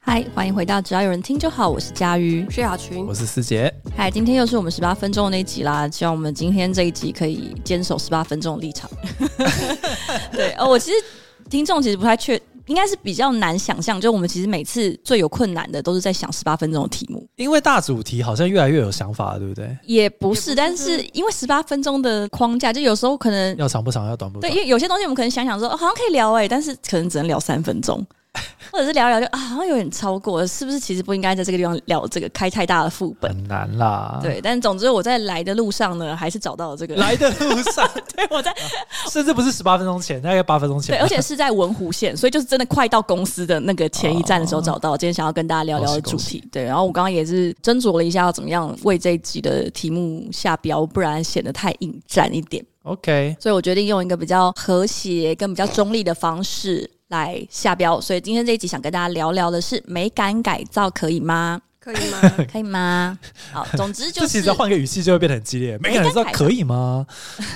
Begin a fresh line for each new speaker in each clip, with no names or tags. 嗨，欢迎回到只要有人听就好，我是啊佳瑜。
薛雅群
我，是思杰，
嗨，今天又是我们十八分钟的那一集啦，希望我们今天这一集可以坚守十八分钟的立 场。对，呃，我其实听众其实不太确，应该是比较难想象，就我们其实每次最有困难的都是在想十八分钟的题目，
因为大主题好像越来越有想法了，对不对？
也不
也不
是，
是
但是因为十八分钟的框架，就有时候可能
要长不长，要短不
对，
短
因。为有些东西我们可能想想说，哦，好像可以聊哎、但是可能只能聊三分 钟，或者是聊一聊就啊，好像有点超过了，是不是？其实不应该在这个地方聊这个，开太大的副本。
很难啦。，
对，但总之我在来的路上呢，还是找到了这个。
来的路上，
对，我在
甚至不是十八分钟前，大概八分钟前。
对，而且是在文湖线，所以就是真的快到公司的那个前一站的时候找到。今天想要跟大家聊聊的主
哦恭喜
题，对。然后我刚刚也是斟酌了一下，要怎么样为这一集的题目下标，不然显得太引战一点。
OK，
所以我决定用一个比较和谐跟比较中立的方式来下标。所以今天这一集想跟大家聊聊的是美感改造，可以吗？
可以吗？
可以吗？好，总之就
这其
是
实换个语气就会变得很激烈。没感
没
知道
感
可以 吗？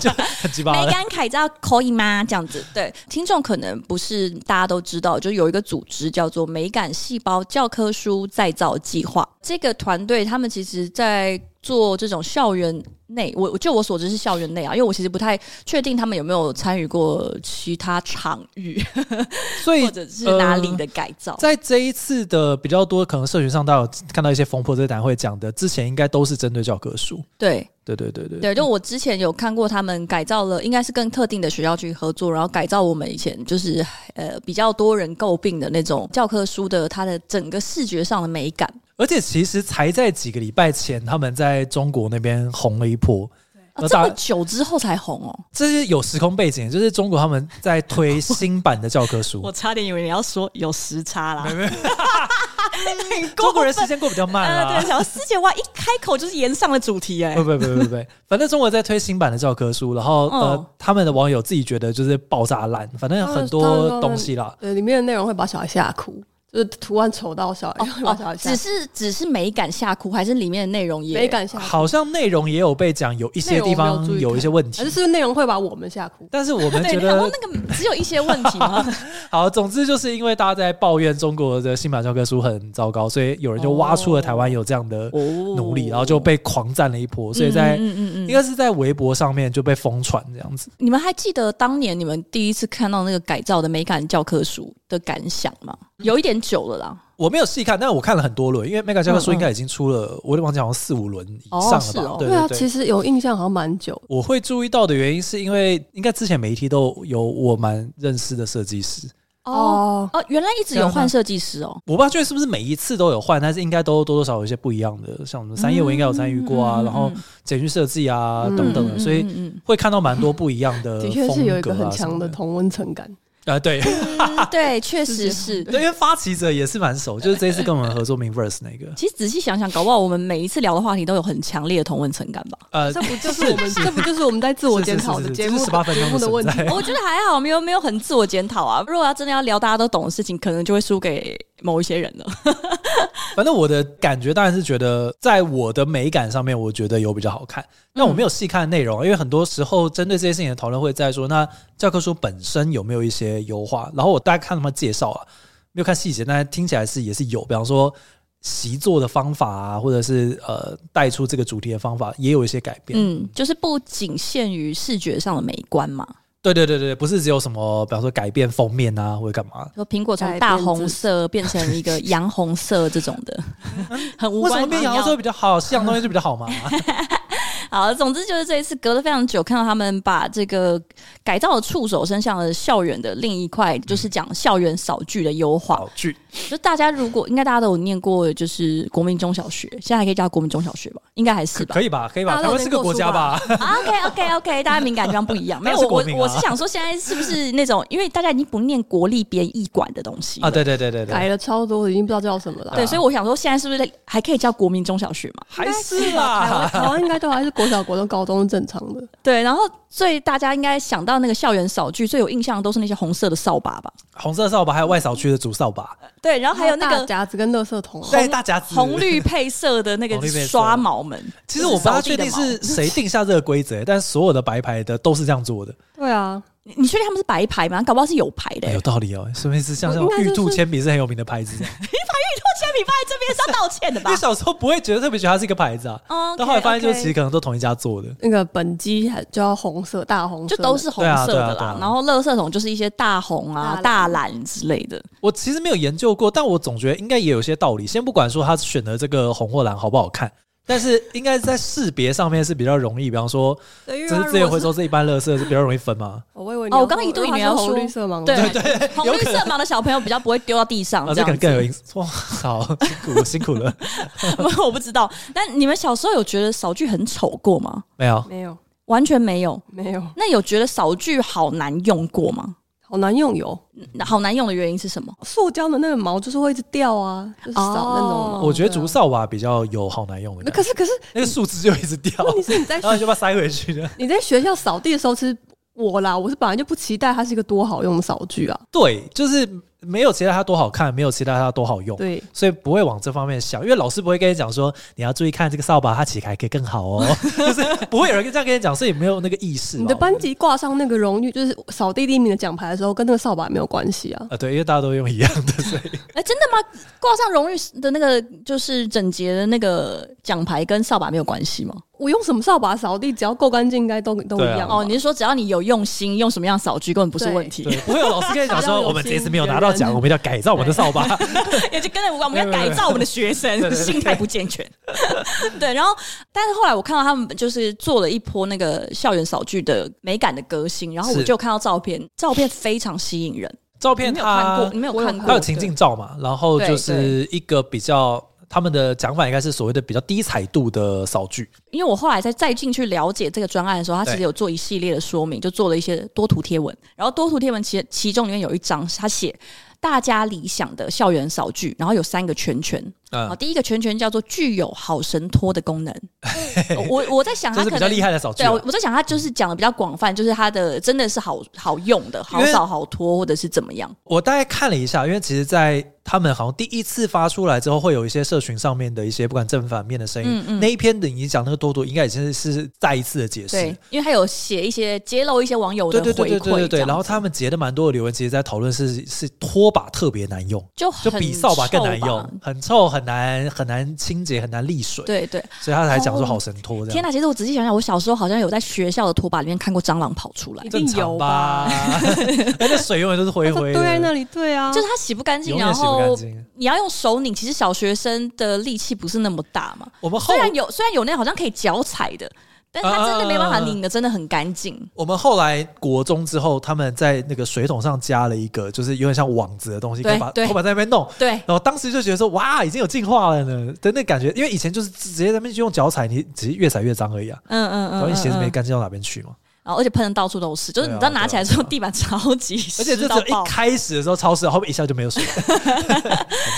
就很鸡巴
梅
了。
甘凯照可以吗？这样子，对听众可能不是大家都知道，就有一个组织叫做美感细胞教科书再造计划。这个团队他们其实在做这种校园内，我就我所知是校园内啊，因为我其实不太确定他们有没有参与过其他场域
所以
或者是哪里的改造。
在这一次的比较多，可能社群上大家有看到一些风波，这个等一下会讲的。之前应该都是针对教科书。
对，
对对对对。嗯
对，就我之前有看过他们改造了，应该是跟特定的学校去合作，然后改造我们以前就是呃比较多人诟病的那种教科书的它的整个视觉上的美感。
而且其实才在几个礼拜前，他们在中国那边红了一波。
啊、
那
这
大
么久之后才红 哦，
这是有时空背景，就是中国他们在推新版的教 科书。
差点以为你要说有时差啦。
中国人时间过比较慢啦、
呃对，小师姐哇，一开口就是延上的主题哎、
不不不不不，反正中国在推新版的教科书，然后、
嗯
呃，他们的网友自己觉得就是爆炸烂，反正很
哦
多东西啦。
对，里面的内容会把小孩吓哭，就是图案丑到小孩， 会把小
哦，
孩
只
吓
是只是美感吓哭，还是里面的内容也
没敢吓哭，
好像内容也有被讲，有一些地方有一些问 题
还是，是不是内容会把我们吓哭？
但是我们
对，
觉
你想说
得
那个只有一些问题 吗？
好，总之就是因为大家在抱怨中国的新版教科书很糟糕，所以有人就挖出了台湾有这样的
哦，
努力，然后就被狂赞了一波，所以在、
嗯嗯嗯嗯
应该是在微博上面就被疯传这样子。
你们还记得当年你们第一次看到那个改造的美感教科书的感想吗？
嗯
有一点久了啦。
我没有细看，但我看了很多轮，因为 Mega 教科
嗯
书
嗯
应该已经出了，我的忘记好像四五轮以
哦
上了
是
吧？
哦
对
啊，
对对。
其实有印象好像蛮久。
我会注意到的原因是因为应该之前每一题都有我蛮认识的设计师，
哦
呃
哦，原来一直有换设计师哦。
我不知道是不是每一次都有换，但是应该都多多少少有一些不一样的，像什么三叶我应该有参与过
嗯
啊，
嗯嗯
然后简讯设计啊、
嗯
等等
嗯
的，
嗯
所以
嗯嗯
会看到蛮多不一样的风
的确
格啊
是有一个很
什么
强的
的
同温层感，
啊，对，
嗯对，确实是。
对因为发起者也是蛮熟，就是这一次跟我们合作 Minverse 那个，
其实仔细想想，搞不好我们每一次聊的话题都有很强烈的同温层感吧。
呃
这，不就是我们这不就是我们在自我检讨的
是是是是
节目
这是18分
节
钟
目的问题
存？在
我觉得还好，没有没有很自我检讨啊。如果要真的要聊大家都懂的事情，可能就会输给某一些人了。
反正我的感觉当然是觉得，在我的美感上面，我觉得有比较好看。但我没有细看内容，因为很多时候针对这些事情的讨论会在说，那教科书本身有没有一些优化？然后我大概看他们介绍啊，没有看细节，但是听起来是也是有，比方说习作的方法啊，或者是呃带出这个主题的方法，也有一些改 变。
嗯，就是不仅限于视觉上的美观嘛。
对对对对，不是只有什么，比方说改变封面啊，或者干嘛？
说苹果从
改变
大
自
红
己
色变成一 个洋红色这种的，很无
为什
关
么变
紧
洋
要
洲啊比较好，西洋东西就比较好嘛？
好，总之就是这一次隔了非常久，看到他们把这个改造的触手伸向了校园的另一块，就是讲校园扫剧的优化。
好剧
就大家如果应该大家都有念过，就是国民中小学，现在还可以叫国民中小学吧？应该还是吧
可？以吧？可以吧？
大家
台
都
湾是个
念过
国
书
家吧？
OK OK OK，大家敏感地方不一样。没有
那是
我
国民啊
我是想说，现在是不是那种因为大家已经不念国立编译馆的东西
啊，
了
对对对对对，
改了超多，已经不知道叫什么了。
对，所以我想说，现在是不是还可以叫国民中小学嘛？
还是
台湾
啦，
台湾应该都还是国小、国中、高中是正常的。
对，然后最大家应该想到那个校园扫剧最有印象的都是那些红色的扫把吧？
红色扫把还有外扫区的主 扫把，
对，然后哦还有那
大
个
夹子跟垃圾桶啊，
对大夹子
红。绿配色的那个
红绿配色
刷毛们，
其实我不
不
大确定是谁定下这个规则，但所有的白牌的都是这样做的。
对啊，
你你确定他们是白牌吗？搞不好是有牌的、
哎
欸。
有道理哦。什么意思？像像
应该就
玉
是
兔铅笔是很有名的牌 子，
铅笔放在这边是要道歉的
因为
吧？
小时候不会觉得特别觉得它是一个牌子啊，
嗯，
但后来发现就
OK，OK
其实可能都同一家做的。
那个本机还就要红色，大红色
就
的
都是红
对啊
色
对啊
的
对啊
啦，然后垃圾桶就是一些大红啊、
大
大蓝之类的。
我其实没有研究过，但我总觉得应该也有些道理。先不管说他选的这个红或蓝好不好看，但是应该在识别上面是比较容易。比方说，
对，因为
这
它
是资源
如
回
果是
收，这一般垃圾是比较容易分吗？
哦我以为你
哦
要
我刚刚一
说
度
因为
以为要
它是红
说
绿色盲
对
盒
对，红绿色盲的小朋友比较不会丢到地上
啊，
哦这
这
样
可能更有
子。
影响。哇，好辛苦，辛苦了。
我不知道，但你们小时候有觉得扫具很丑过吗？
没有，
没有
完全没有。
没有，
那有觉得扫具好难用过吗？
好难用油，
嗯好难用的原因是什么？
塑胶的那个毛就是会一直掉啊，就是扫那种
哦
毛。
我觉得
对啊
竹扫把比较有好难用的
那
感觉，
可是可是
那个树枝就一直掉，
问题是你在
然后你就把它塞回去的。
你在学校扫地的时候，其实我啦，我是本来就不期待它是一个多好用的扫具啊。
对，就是没有期待它多好看，没有期待它多好用。
对，
所以不会往这方面想，因为老师不会跟你讲说你要注意看这个扫把，它起来可以更好哦， 就是不会有人这样跟你讲，所以没有那个意识嘛。啊
你的班级挂上那个荣誉，就是扫地第一名的奖牌的时候，跟那个扫把没有关系啊。
啊，对，因为大家都用一样的，所以
哎、真的吗？挂上荣誉的那个就是整洁的那个奖牌跟扫把没有关系吗？
我用什么扫把扫地，只要够干净，应该都都一
对啊
样吧。
哦，你是说只要你有用心，用什么样的扫具根本不是
对
问题，
对，不会有老师跟你讲
比较
说
有
我们这一次没有拿到奖，
心
我们一定要改造我们的扫把。
也 就跟着我管，我们要
对对对
改造我们的学
对
生，
对对
心态不健全。 对，然后但是后来我看到他们就是做了一波那个校园扫具的美感的革新，然后我
是
就看到照片，照片非常吸引人。
照
你
片
没有看
它
过？你没有
我有
看
看
过？
它啊有情境照嘛，然后
对
就是一个比较他们的讲法应该是所谓的比较低彩度的扫具，
因为我后来再再进去了解这个专案的时候，他其实
对
有做一系列的说明，就做了一些多图贴文。然后多图贴文其其中里面有一张，他写大家理想的校园扫具，然后有三个圈圈。啊、
嗯，
第一个圈圈叫做具有好神托的 功能。我我在想，
就
他
是
可
比较
能
厉害的扫具
对，
啊。
我我在想，他就是讲的比较广泛，就是他的真的是好好用的，好
因为
扫好拖，或者是怎么样。
我大概看了一下，因为其实，在他们好像第一次发出来之后，会有一些社群上面的一些不管正反面的声音。
嗯嗯
那一篇的你讲那个多多，应该已经是再一次的解释
对。，因为他有写一些揭露一些网友的
对
回
对
馈这
对对
样子，
对对对，然后他们截的蛮多的留言，其实在讨论是是拖把特别难用，
就
就
很
比扫把更难
臭吧
用，很臭，很难很难清洁，很难沥水，
对哦对，
所以他才讲说好神拖这
天
样，
哪！其实我仔细想想，我小时候好像有在学校的拖把里面看过蟑螂跑出来
一，
正
定
常
有吧？
吧？哎，那水永远都是灰
它就
灰
堆在那
的，
里，对啊，
就是它洗不干净，
嗯永远
然
洗不干
后
净。
你要用手拧，其实小学生的力气不是那么大嘛。
我们后
虽然有虽然有那好像可以脚踩的，但是它真的没
啊
办法拧的，真的很干净。
我们后来国中之后，他们在那个水桶上加了一个，就是有点像网子的东西，
对
可以把
对
头发在那边弄。
对，
然后当时就觉得说，哇，已经有进化了呢的那感觉，因为以前就是直接在那边就用脚踩，你只是越踩越脏而已啊。
嗯嗯嗯，
然后你鞋子没
嗯嗯
干净到哪边去嘛？
然后而且喷的到处都是，就是你知
对
道
啊
拿起来之后
对啊
地板超级
而且
湿
这只
到
有
爆
一。开始的时候超湿，后面一下就没有水，很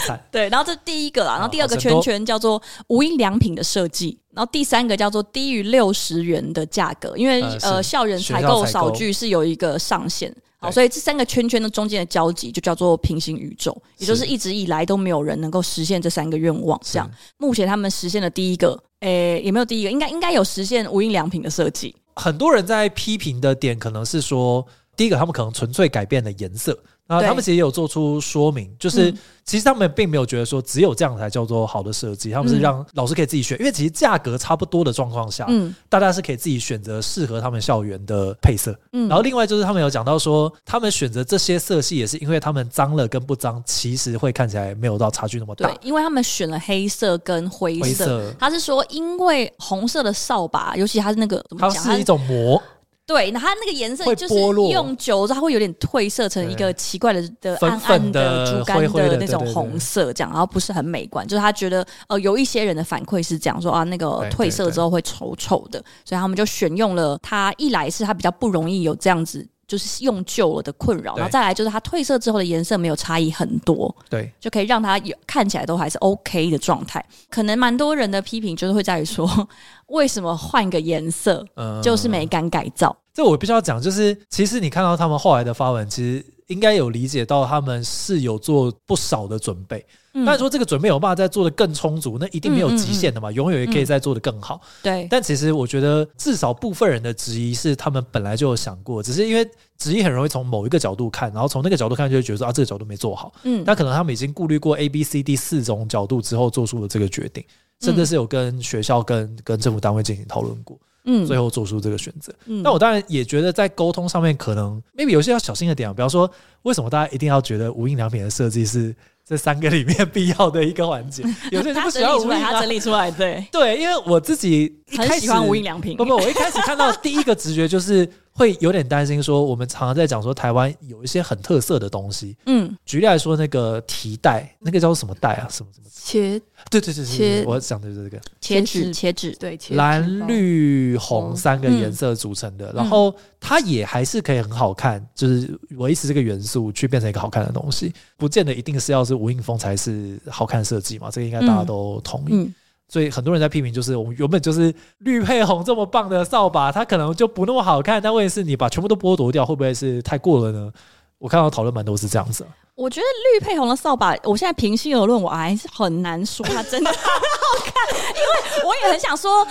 惨。
对，然后这第一个啦，然后第二个
哦好神
圈
多
圈叫做无印良品的设计，然后第三个叫做低于六十元的价格，因为
呃
呃
是
校园
学
采
校
购
采
少
购
具是有一个上限。好，
对
所以这三个圈圈的中间的交集就叫做平行宇宙，也就是
是
一直以来都没有人能够实现这三个愿望。这样，目前他们实现的第一个，诶、也没有第一个，应该应该有实现无印良品的设计。
很多人在批评的点可能是说，第一个他们可能纯粹改变了颜色，那他们
对
其实也有做出说明，就是、
嗯
其实他们并没有觉得说只有这样才叫做好的设计，他们
嗯
是让老师可以自己选，因为其实价格差不多的状况下，
嗯
大家是可以自己选择适合他们校园的配色。
嗯，
然后另外就是他们有讲到说，他们选择这些色系也是因为他们脏了跟不脏其实会看起来没有到差距那么
对
大，，
因为他们选了黑色跟灰
灰
色。
色
他是说，因为红色的扫把，尤其它是那个怎么
它
讲？它
是一种膜
对，那它那个颜色
会
就是
剥落
用久之后，它会有点褪色成一个奇怪的的
粉
暗
粉
暗
的
竹竿
灰灰的
那种
对对对
红色，这样，然后不是很美观。就是他觉得，呃，有一些人的反馈是讲说啊，那个
对哎对
褪色之后会丑丑的，所以他们就选用了它。一来是它比较不容易有这样子。就是用旧了的困扰，
对
然后再来就是它褪色之后的颜色没有差异很多，
对。
就可以让它有看起来都还是 OK 的状态。可能蛮多人的批评就是会在于说， 为什么换个颜色
嗯
就是美感改造？
这我必须要讲，就是其实你看到他们后来的发文，其实应该有理解到他们是有做不少的准备。
嗯
但是说这个准备有办法再做的更充足，那一定没有极限的嘛，永远也可以再做的更好。
嗯对，
但其实我觉得，至少部分人的质疑是他们本来就有想过，只是因为质疑很容易从某一个角度看，然后从那个角度看就会觉得说啊，这个角度没做好。
嗯
但可能他们已经顾虑过 A、B、C、D 四种角度之后做出了这个决定，甚至是有跟学校、跟跟政府单位进行讨论过，
嗯
最后做出这个选择。
嗯
那我当然也觉得在沟通上面，可能 maybe 有些要小心一点啊，比方说，为什么大家一定要觉得无印良品的设计是这三个里面必要的一个 环节？有些人就
他
不喜
整
欢
理出
无印
来，他
啊
整。理出来，对，
对，因为我自己一开
很
始
喜欢无印良品
不。不，我一开始看到第一个直觉就是会有点担心，说我们常常在讲说台湾有一些很特色的东西，
嗯，
举例来说，那个提袋，那个叫什么袋啊？什么什么？
茄
对对对对对，
茄
我讲的就是这个
茄
茄
子
子
茄子，
对茄子
蓝
包
绿红
红
三个
嗯
颜色组成的，然后它也还是可以很好看，就是维持这个元素去变成一个好看的东西，不见得一定是要是无印风才是好看设计嘛，这个应该大家都同意。
嗯
所以很多人在批评，就是我们原本就是绿配红这么棒的扫把，它可能就不那么好看。但问题是，你把全部都剥夺掉，会不会是太过了呢？我看到讨论蛮多是这样子啊，
我觉得绿配红的扫把，我现在平心而论，我还是很难说它真的 好看，因为我也很想说。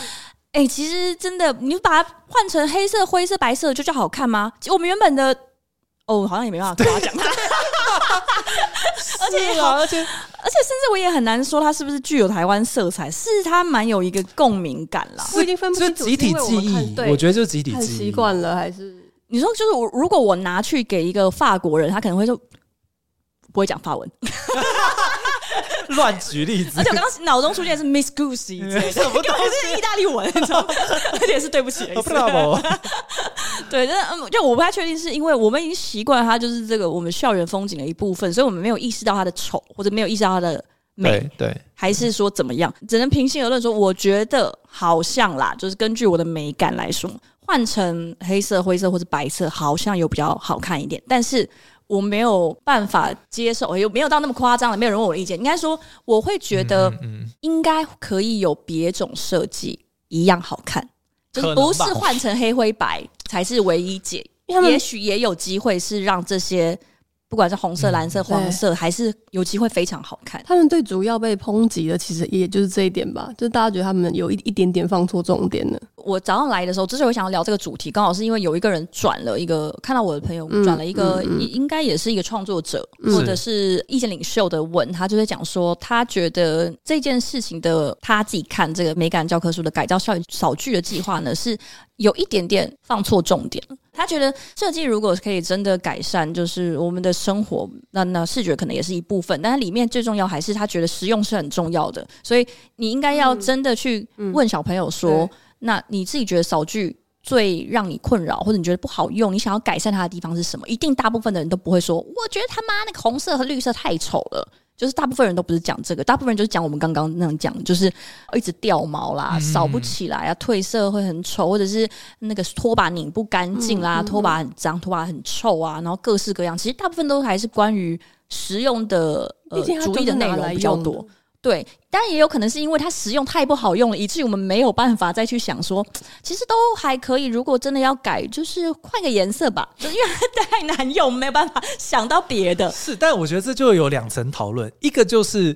哎、其实真的，你把它换成黑色、灰色、白色，就叫好看吗？我们原本的哦，好像也没办法夸奖它， 而且
是啊，而且
而且甚至我也很难说它是不是具有台湾色彩，是它蛮有一个共鸣感啦。
我已经分不
就
清楚，
集体记
是因为我
忆
们看，对，
我觉得就是集体
看
记
习
忆。
惯了还是
你说就是我，如果我拿去给一个法国人，他可能会说不会讲法文，
乱举例 子
而且我刚刚脑中出现的是 Miss Goosey 之类的，
什么啊
根本就是意大利文，你知道 吗而且是对不起的意思。
，Bravo！
对，但是嗯，就我不太确定，是因为我们已经习惯它就是这个我们校园风景的一部分，所以我们没有意识到它的丑，或者没有意识到它的美，
对对，
还是说怎么样？只能平心而论说，我觉得好像啦，就是根据我的美感来说，换成黑色、灰色或者白色，好像有比较好看一点，但是。我没有办法接受，也没有到那么夸张了。没有人问我的意见，应该说我会觉得，
嗯，嗯
应该可以有别种设计一样好看，就
可
是
能
不
吧
是换成黑灰白才是唯一解。
因为他们
也许也有机会是让这些不管是红色、
嗯
蓝色、黄色，还是有机会非常好看。
他们最主要被抨击的，其实也就是这一点吧，就是大家觉得他们有一一点点放错重点了。
我早上来的时候，之所以我想要聊这个主题，刚好是因为有一个人转了一个，看到我的朋友
嗯
转了一个，
嗯嗯
应应该也是一个创作者、或者是意见领袖的文，他就在讲说，他觉得这件事情的他自己看这个美感教科书的改造校园扫剧的计划呢，是有一点点放错重点了。他觉得设计如果可以真的改善，就是我们的生活，那那视觉可能也是一部分，但是里面最重要还是他觉得实用是很重要的，所以你应该要
嗯
真的去问小朋友说。
对
那你自己觉得扫剧最让你困扰，或者你觉得不好用，你想要改善它的地方是什么？一定大部分的人都不会说，我觉得他妈那个红色和绿色太丑了。就是大部分人都不是讲这个，大部分人就是讲我们刚刚那样讲，就是一直掉毛啦，
嗯
扫不起来啊，褪色会很丑，或者是那个拖把拧不干净啦，
嗯嗯
拖把很脏，拖把很臭啊，然后各式各样。其实大部分都还是关于实用的呃
毕竟它
主
就
义的
是
内
拿
容
来
比较
用的
多。对，当然也有可能是因为它实用太不好用了，以至于我们没有办法再去想说，其实都还可以。如果真的要改，就是换个颜色吧，就是因为它太难用，没有办法想到别 的。
是，但我觉得这就有两层讨论，一个就是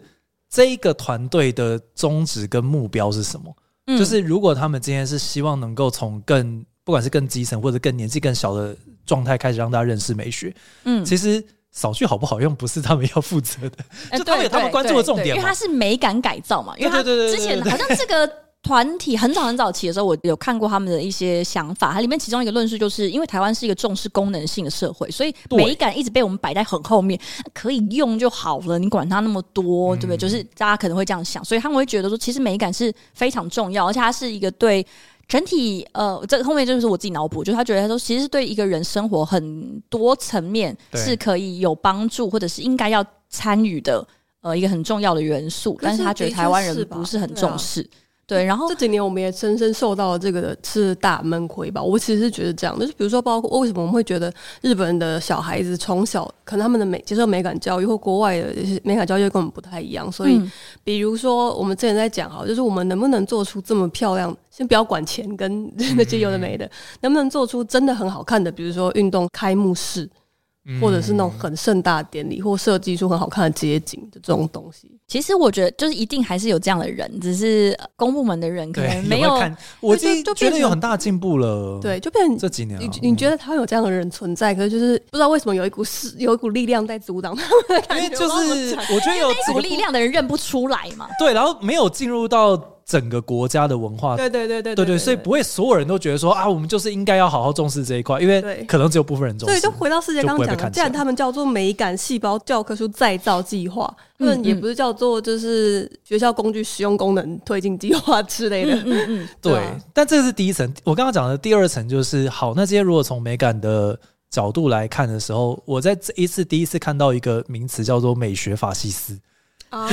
这一个团队的宗旨跟目标是什么。
嗯
就是如果他们今天是希望能够从更不管是更基层或者更年纪更小的状态开始让大家认识美学，
嗯，
其实扫剧好不好用不是他们要负责的，
呃
就他们有
对
他们
对
关注的重
对
点
因为
嘛
它。是美感改造嘛，因为它
对对对对
之前
对对
好像这个。团体很早很早期的时候，我有看过他们的一些想法。它里面其中一个论述就是，因为台湾是一个重视功能性的社会，所以
对
美感一直被我们摆在很后面，可以用就好了，你管它那么
嗯
多，对不对？就是大家可能会这样想，所以他们会觉得说，其实美感是非常重要，而且它是一个对整体呃，这后面就是我自己脑补，就是他觉得他说，其实是对一个人生活很多层面
对
是可以有帮助，或者是应该要参与的呃一个很重要的元素，
可是
但是他觉得台湾
的
人
确是吧
不是很
对啊
重视，对，然后
这几年我们也深深受到了这个的是大闷亏吧。我其实是觉得这样，就是比如说，包括为什么我们会觉得日本人的小孩子从小可能他们的美接受美感教育或国外的一些美感教育跟我们不太一样，所以
嗯
比如说，我们之前在讲哈，就是我们能不能做出这么漂亮，先不要管钱嗯 跟那些有的没的，能不能做出真的很好看的，比如说运动开幕式，
嗯
或者是那种很盛大的典礼，或设计出很好看的街景的这种东西。
其实我觉得，就是一定还是有这样的人，只是呃公部门的人可
对
能没有
会看，我已
就
经
就
觉
变
得
成
有很大的进步了。
对，，就变
这几年啊
你你觉得他有这样的人存在，可是就是不知道为什么有一股势，有一股力量在阻挡他们的
因
感觉。
为就
我不知道怎么
是
讲
我觉得有
那股力量的人认不出来 嘛。
对，然后没有进入到整个国家的文化。
对对对对
对对，所以不会所有人都觉得说啊，我们就是应该要好好重视这一块，因为
对
可能只有部分人重
所以
视。
就回到世界刚刚
就
讲
不会被
的，
看
既
见
然他们叫做美感细胞教科书再造计划，
嗯
他们也
嗯
不是叫做就是学校工具使用功能推进计划之类的。
嗯嗯嗯，
对
对啊，
但这是第一层。我刚刚讲的第二层就是，好，那这些如果从美感的角度来看的时候，我在这一次第一次看到一个名词叫做美学法西斯，
啊，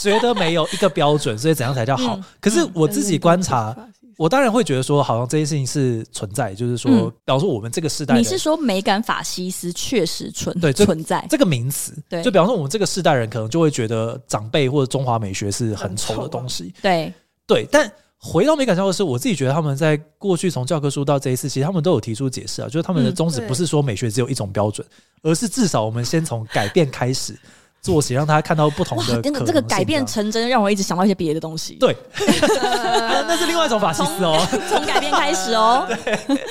觉得没有一个标准，所以怎样才叫好。 可是我自
嗯
己观 察，我当然会觉得说，好像这些事情是存在，就是说，
嗯
比方说我们这个时代
你
的
是说美感法西斯确实存
对这
存在？
这个名词，
对
就比方说我们这个世代人可能就会觉得长辈或者中华美学是很丑的东西，
对，
对。但回到美感教科书，我自己觉得他们在过去从教科书到这一次，其实他们都有提出解释啊，就是他们的
嗯
宗旨
对
不是说美学只有一种标准，而是至少我们先从改变开始做起，让大家看到不同
哇
的，可
那个
能
这个
性
改变
这样
成真，让我一直想到一些别的东西。
对，那是另外一种法西斯哦。
从改变开始哦。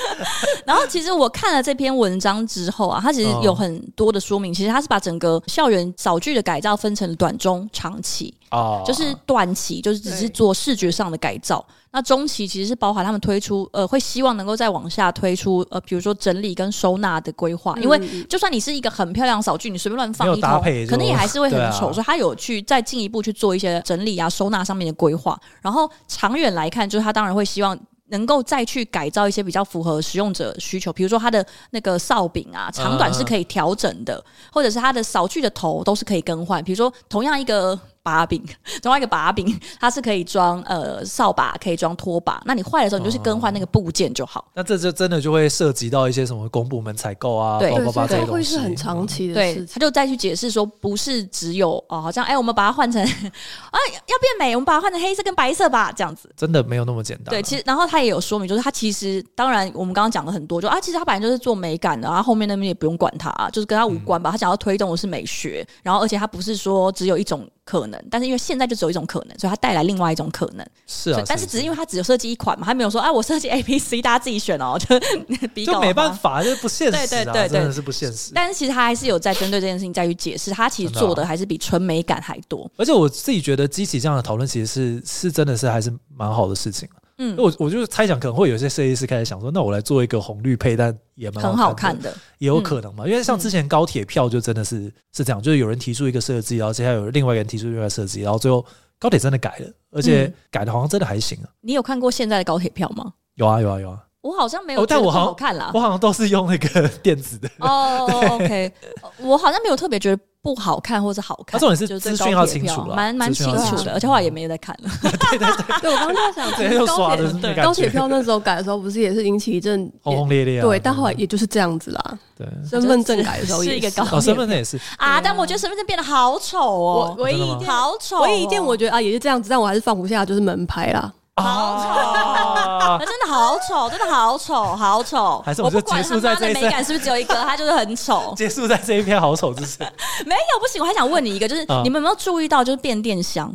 然后其实我看了这篇文章之后啊，它其实有很多的说明，其实它是把整个校园扫剧的改造分成短、中、长期。
啊，
就是短期，就是只是
对
做视觉上的改造。那中期其实是包含他们推出，呃，会希望能够再往下推出，呃，比如说整理跟收纳的规划，
嗯
因为就算你是一个很漂亮的扫具，你随便乱放
没有
一
搭
通
配，就
可能也还是会很
对啊
丑，所以他有去再进一步去做一些整理啊、收纳上面的规划。然后长远来看，就是他当然会希望。能够再去改造一些比较符合使用者需求，比如说它的那个扫柄啊，长短是可以调整的，或者是它的扫具的头都是可以更换。比如说同样一个把柄，同样一个把柄，它是可以装呃扫把，可以装拖把。那你坏的时候，你就是更换那个部件就好。
那这就真的就会涉及到一些什么公部门采购啊，
对
叭
对，
叭叭
所以
这些
这
东
会
西，
是很长期的
对
事，
他
情。
就再去解释说，不是只有哦，好像哎、我们把它换成 啊，要变美，我们把它换成黑色跟白色吧，这样子。
真的没有那么简单啊。
对，其实然后他也有说明，就是他其实当然我们刚刚讲了很多，就啊，其实他本来就是做美感的，啊，后面那边也不用管他、啊，就是跟他无关吧。他想要推动的是美学，然后而且他不是说只有一种可能，但是因为现在就只有一种可能，所以他带来另外一种可能。
是啊
所以，但是只是因
为
为他只有设计一款嘛，他没有说啊，我设计 A、B、C，大家自己选哦，就 比稿
就没办
嘛。
法，这不现实啊，
对对对对
真的是不现实。
但是其实他还是有在针对这件事情再去解释，他其实
真的啊
做的还是比纯美感还多。
而且我自己觉得激起这样的讨论，其实是是真的是还是蛮好的事情。
嗯，
我我就猜想，可能会有些设计师开始想说，那我来做一个红绿配，但也蛮
很好
好
看
的，
的，
也
嗯
有可能嘛。因为像之前高铁票就真的是是这样，就是有人提出一个设计，然后接下来有另外一个人提出另外一个设计，然后最后高铁真的改了，而且
嗯
改的好像真的还行啊。
你有看过现在的高铁票吗？
有啊有啊有啊，
我好像没
哦
有，
但我好像
好看啦。
我好像都是用那个 电子的。
哦、o k 我好像没有特别觉得不好看或者好看。
那重点是
就
资
高
讯要
铁
清
票
楚啦
蛮蛮
资讯
清
要
清
楚
楚
的，而且后来也没再看了。
对我刚刚在想，其
对
实
又刷
高
的是那
铁
感
高铁
觉
票那时候改的时候，不是也是引起一阵
轰轰烈烈啊！
对，但后来也就是这样子啦。
对
身份证改的时候
啊是
也
一个高
哦，身份证也是，
啊，但我觉得身份证变得好丑哦，
我唯一一
真的
件，
好哦丑、
唯一一件我觉得啊也是这样子，但我还是放不下，就是门牌啦。
啊，
啊
真的好丑，真的好丑，好丑！
还是我
我
们就
不管
结
他
束在
妈
这
的
一
美
次
感是不是只有一个，他就是很丑。
结束在这一篇好丑之声
没有不行，我还想问你一个，就是、
啊
你们有没有注意到，就是变电箱？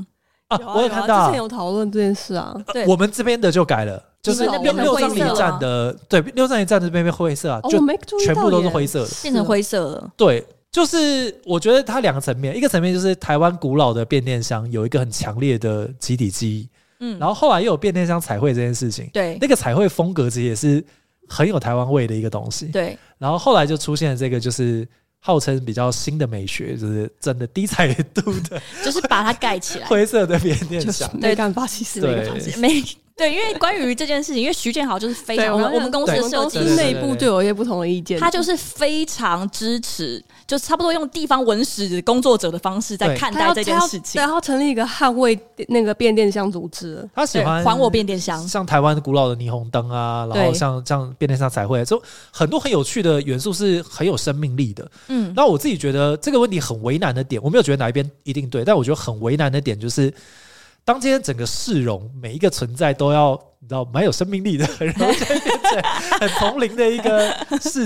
啊！我有看到
之前
啊，
有讨论这件事啊。
对
我们这边的就改了，就是
你们那边
六六
很
张
灰
里
色吗
站的，对，六张里站的那边灰色啊，
哦，
就
我没注意到
全
耶，啊
部都是灰色的。
变成灰色了。
对，就是我觉得它两个层面，一个层面就是台湾古老的变电箱有一个很强烈的集体记忆，
嗯，
然后后来又有变电箱彩绘这件事情，
对
那个彩绘风格其实也是很有台湾味的一个东西。
对，
然后后来就出现了这个，就是号称比较新的美学，就是真的低彩度 的
就是把它盖起 来。
灰色的变电
就是
箱。
没干法，其实没
对
干法。
没对，因为关于这件事情，因为徐建豪就是非常我们我们公司的设
公
计
司
对对对
师，
内部就有一些不同的意见，
他就是非常支持，就差不多用地方文史工作者的方式在
对
看
他要
待这件
他要
事情
对，。他要成立一个捍卫那个变电箱组织了。
他喜
对，
欢
还我变电箱。
像台湾古老的霓虹灯啊，然后
对
像像变电箱彩绘，啊就很多很有趣的元素是很有生命力的。
嗯，
那我自己觉得这个问题很为难的点，我没有觉得哪一边一定对，但我觉得很为难的点就是，当今天整个市容每一个存在都要你知道蛮有生命力的， 然后就变成很丛林的一个 世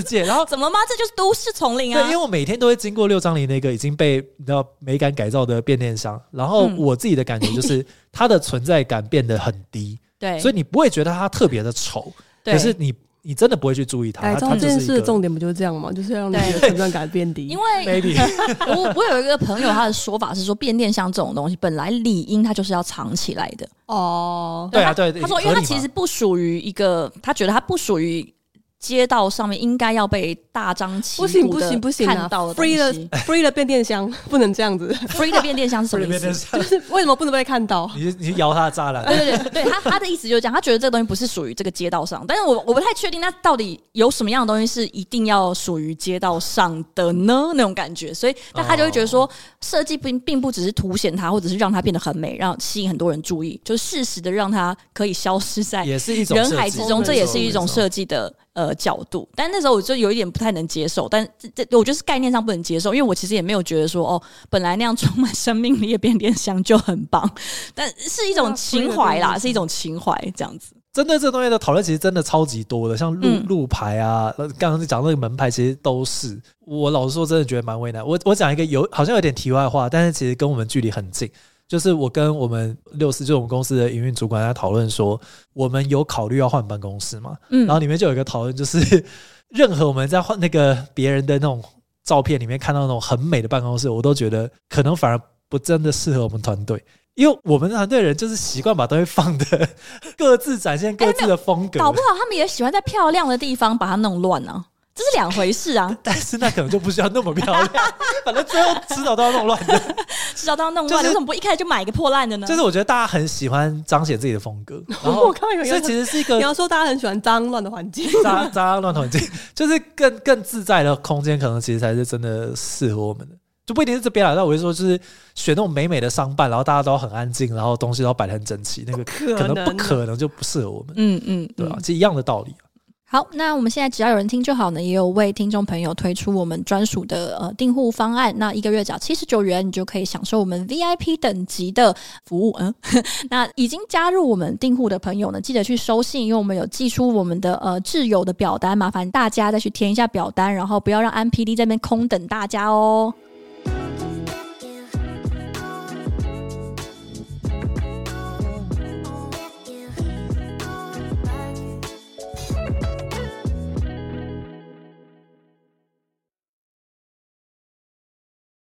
界，然后。
怎么吗？这就是都市丛林
对，因
啊
为！我每天都会经过六张犁那个已经被你知道美感改造的变电箱，然后
嗯
我自己的感觉就是它的存在感变得很低，
对，
所以你不会觉得它特别的丑，
对
可是你你真的不会去注意它，
改
它
造
它
哎这
就是
件
一
事的
个
重点不就是这样吗？就是要让你
对
的成分感变低。
因为
maybe
我我有一个朋友，他的说法是说，变电箱这种东西本来理应它就是要藏起来的。
哦，
对啊
他
对
他说，因为它
合理嘛
其实不属于一个，他觉得它不属于街道上面应该要被大张旗鼓
不行不行
地
不行啊
看到的东
！free 的
西。
free 的变电箱不能这样子，
free 的变电箱是什么意
变电
思？
箱，
就是为什么不能被看到？
你 你去摇它的栅栏，
对对对，对他他的意思就是这样，他觉得这个东西不是属于这个街道上，但是我我不太确定，那到底有什么样的东西是一定要属于街道上的呢？那种感觉，所以那他就会觉得
哦
说，设计并并不只是凸显它，或者是让它变得很美，让吸引很多人注意，就是适时的让它可以消失在
也是一种
人海
设计
之中，
没错
这也是一种
没错
设计的呃角度。但那时候我就有一点不太能接受，但这这我就是概念上不能接受，因为我其实也没有觉得说哦，本来那样充满生命力的变电箱就很棒，但是一种情怀
对啊
啦，是一种情怀这样子。
针对这东西的讨论其实真的超级多的，像路、
嗯
路牌啊，呃刚刚讲那个门牌，其实都是。我老实说，真的觉得蛮为难。我我讲一个有好像有点题外话，但是其实跟我们距离很近。就是我跟我们六四，就是我们公司的营运主管在讨论说，我们有考虑要换办公室嘛？
嗯
然后里面就有一个讨论，就是 任何我们在换那个别人的那种照片里面看到那种很美的办公室，我都觉得可能反而不真的适合我们团队，因为我们团队人就是习惯把东西放的 各自展现各自的风 格，，
搞不好他们也喜欢在漂亮的地方把它弄乱啊，这是两回事 啊
但是那可能就不需要那么漂亮，反正最后迟早都要弄乱的。
至少都要弄
就
乱，
是
为什么不一开始就买一个破烂的呢？
就是我觉得大家很喜欢彰显自己的风格，然
我
后
刚刚有
所以
要
其实是一
你
个
要说大家很喜欢脏乱的环境，
扎扎乱统计，就是更更自在的空间，可能其实才是真的适合我们的。就不一定是这边啦，但我就说，就是选那种美美的商办，然后大家都很安静，然后东西都摆得很整齐，那个可
可
能不可能就不适合我们，
嗯嗯，
对吧、
嗯
是一样的道理啊。
好，那我们现在只要有人听就好呢，也有为听众朋友推出我们专属的呃订户方案，那一个月只要七十九元，你就可以享受我们 VIP 等级的服务。嗯，那已经加入我们订户的朋友呢，记得去收信，因为我们有寄出我们的呃挚友的表单，麻烦大家再去填一下表单，然后不要让安 PD 这边空等大家哦。